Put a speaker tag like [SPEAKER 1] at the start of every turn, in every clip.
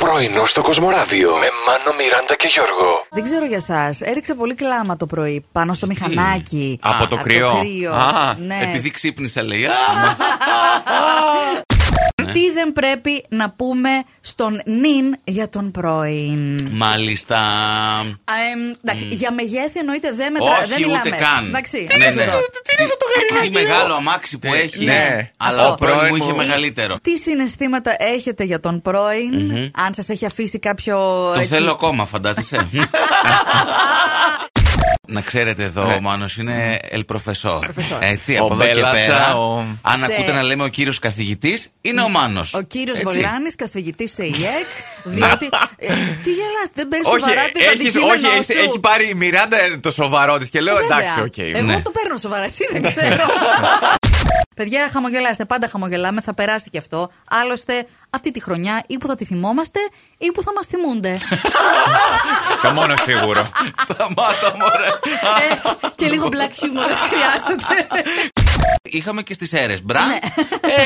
[SPEAKER 1] Πρωινό στο Κοσμοράδιο με Μάνο, Μιράντα και Γιώργο.
[SPEAKER 2] Δεν ξέρω για εσάς. Έριξε πολύ κλάμα το πρωί πάνω στο μηχανάκι.
[SPEAKER 3] Από το κρύο. Α,
[SPEAKER 2] ναι.
[SPEAKER 3] Επειδή ξύπνησα, λέει. «Α,
[SPEAKER 2] Τι δεν πρέπει να πούμε στον νυν για τον πρώην.
[SPEAKER 3] Μάλιστα.
[SPEAKER 2] Α, εμ, εντάξει, για μεγέθη εννοείται δεν μετρά... Ε, δεν
[SPEAKER 3] Όχι, ούτε
[SPEAKER 2] μιλάμε.
[SPEAKER 3] καν.
[SPEAKER 2] Εντάξει,
[SPEAKER 3] Ναι,
[SPEAKER 2] αυτό.
[SPEAKER 3] ναι. Τι είναι το γαριδάκι. μεγάλο αμάξι που έχει.
[SPEAKER 4] ναι.
[SPEAKER 3] Αλλά
[SPEAKER 2] Αυτό.
[SPEAKER 3] ο πρώην μου είχε
[SPEAKER 4] Ή-
[SPEAKER 3] μεγαλύτερο.
[SPEAKER 2] Τι συναισθήματα έχετε για τον πρώην, αν σας έχει αφήσει κάποιο.
[SPEAKER 3] Το
[SPEAKER 2] έτσι-
[SPEAKER 3] θέλω ακόμα, φαντάζεσαι. Να ξέρετε εδώ,
[SPEAKER 2] Ναι.
[SPEAKER 3] ο Μάνος είναι
[SPEAKER 2] Mm.
[SPEAKER 3] ελπροφεσόρ. Έτσι,
[SPEAKER 4] Ο
[SPEAKER 3] από εδώ και
[SPEAKER 4] Μπέλατσα,
[SPEAKER 3] πέρα.
[SPEAKER 4] ο-
[SPEAKER 3] Αν
[SPEAKER 2] Σε- Mm.
[SPEAKER 3] ακούτε να λέμε ο κύριος καθηγητής, είναι ο Μάνος.
[SPEAKER 2] Ο κύριος
[SPEAKER 3] Έτσι.
[SPEAKER 2] Βολάνης, καθηγητής σε ΙΕΚ. Διότι. Ε, τι γελάς, δεν παίρνει
[SPEAKER 4] Όχι,
[SPEAKER 2] Ε, σοβαρά τις
[SPEAKER 4] έχεις, όχι
[SPEAKER 2] αντικείμενο
[SPEAKER 4] έχεις-
[SPEAKER 2] σου.
[SPEAKER 4] έχει πάρει η Μιράντα ε, το σοβαρό της και λέω
[SPEAKER 2] Βέβαια.
[SPEAKER 4] εντάξει, οκ.
[SPEAKER 2] Εγώ
[SPEAKER 3] ναι.
[SPEAKER 2] το παίρνω σοβαρά, εσύ δεν ξέρω. Παιδιά, χαμογελάστε. Πάντα χαμογελάμε. Θα περάσει και αυτό. Άλλωστε, αυτή τη χρονιά ή που θα τη θυμόμαστε ή που θα μας θυμούνται.
[SPEAKER 4] Το μόνο σίγουρο.
[SPEAKER 3] Σταμάτα, μωρέ.
[SPEAKER 2] Ε, και λίγο black humor χρειάζεται.
[SPEAKER 3] Είχαμε και στις αίρε
[SPEAKER 2] Ναι.
[SPEAKER 3] μπραντ.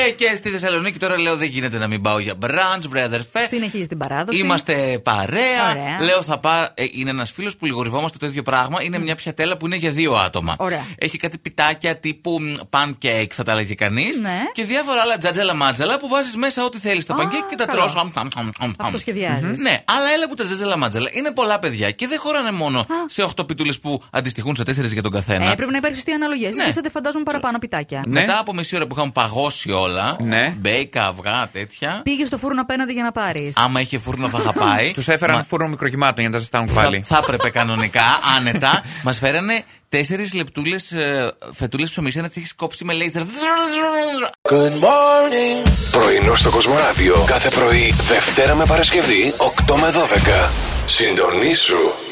[SPEAKER 3] ε, και στη Θεσσαλονίκη τώρα λέω δεν γίνεται να μην πάω για μπραντ, βρε αδερφέ.
[SPEAKER 2] Συνεχίζει την παράδοση.
[SPEAKER 3] Είμαστε παρέα.
[SPEAKER 2] Ωραία.
[SPEAKER 3] Λέω θα πάω. είναι ένας φίλος που λιγοριβόμαστε το ίδιο πράγμα. Είναι μια πιατέλα που είναι για δύο άτομα.
[SPEAKER 2] Ναι. Ωραία.
[SPEAKER 3] Έχει κάτι πιτάκια τύπου μ, pancake, θα τα λέγει κανείς.
[SPEAKER 2] Ναι.
[SPEAKER 3] Και διάφορα άλλα τζατζέλα μάτζαλα που βάζεις μέσα ό,τι θέλεις στα
[SPEAKER 2] Α,
[SPEAKER 3] pancake και τα
[SPEAKER 2] καλό.
[SPEAKER 3] τρώ. Αμ, αμ, αμ, αμ, αμ.
[SPEAKER 2] Αυτό σχεδιάζεις.
[SPEAKER 3] Μμμ. Ναι, αλλά έλα που τα τζατζέλα μάτζαλα είναι πολλά παιδιά και δεν χωράνε μόνο σε 8 πιτούλες που αντιστοιχούν σε 4 για τον καθένα.
[SPEAKER 2] Ε, πρέπει να υπάρχει σωστή αναλογία. Εσείς
[SPEAKER 3] Ναι.
[SPEAKER 2] είσατε φαντάζομαι παραπάνω πιτάκια.
[SPEAKER 4] Ναι.
[SPEAKER 3] Μετά από μισή ώρα που είχαμε παγώσει όλα,
[SPEAKER 4] Ναι.
[SPEAKER 3] μπέικα, αυγά, τέτοια.
[SPEAKER 2] Πήγε στο φούρνο απέναντι για να πάρεις.
[SPEAKER 3] Άμα είχε φούρνο θα είχα πάει.
[SPEAKER 4] Τους έφεραν
[SPEAKER 3] Μα-
[SPEAKER 4] φούρνο μικροκυμάτων για να τα ζεστάνουν
[SPEAKER 3] θα,
[SPEAKER 4] πάλι.
[SPEAKER 3] θα έπρεπε κανονικά, άνετα. Μας φέρανε τέσσερις λεπτούλες φετούλε ψωμί να τις έχεις κόψει με λέιζερ.
[SPEAKER 1] Πρωινό στο Κοσμοράδιο κάθε πρωί, Δευτέρα με Παρασκευή, 8 με 12. Συντονίσου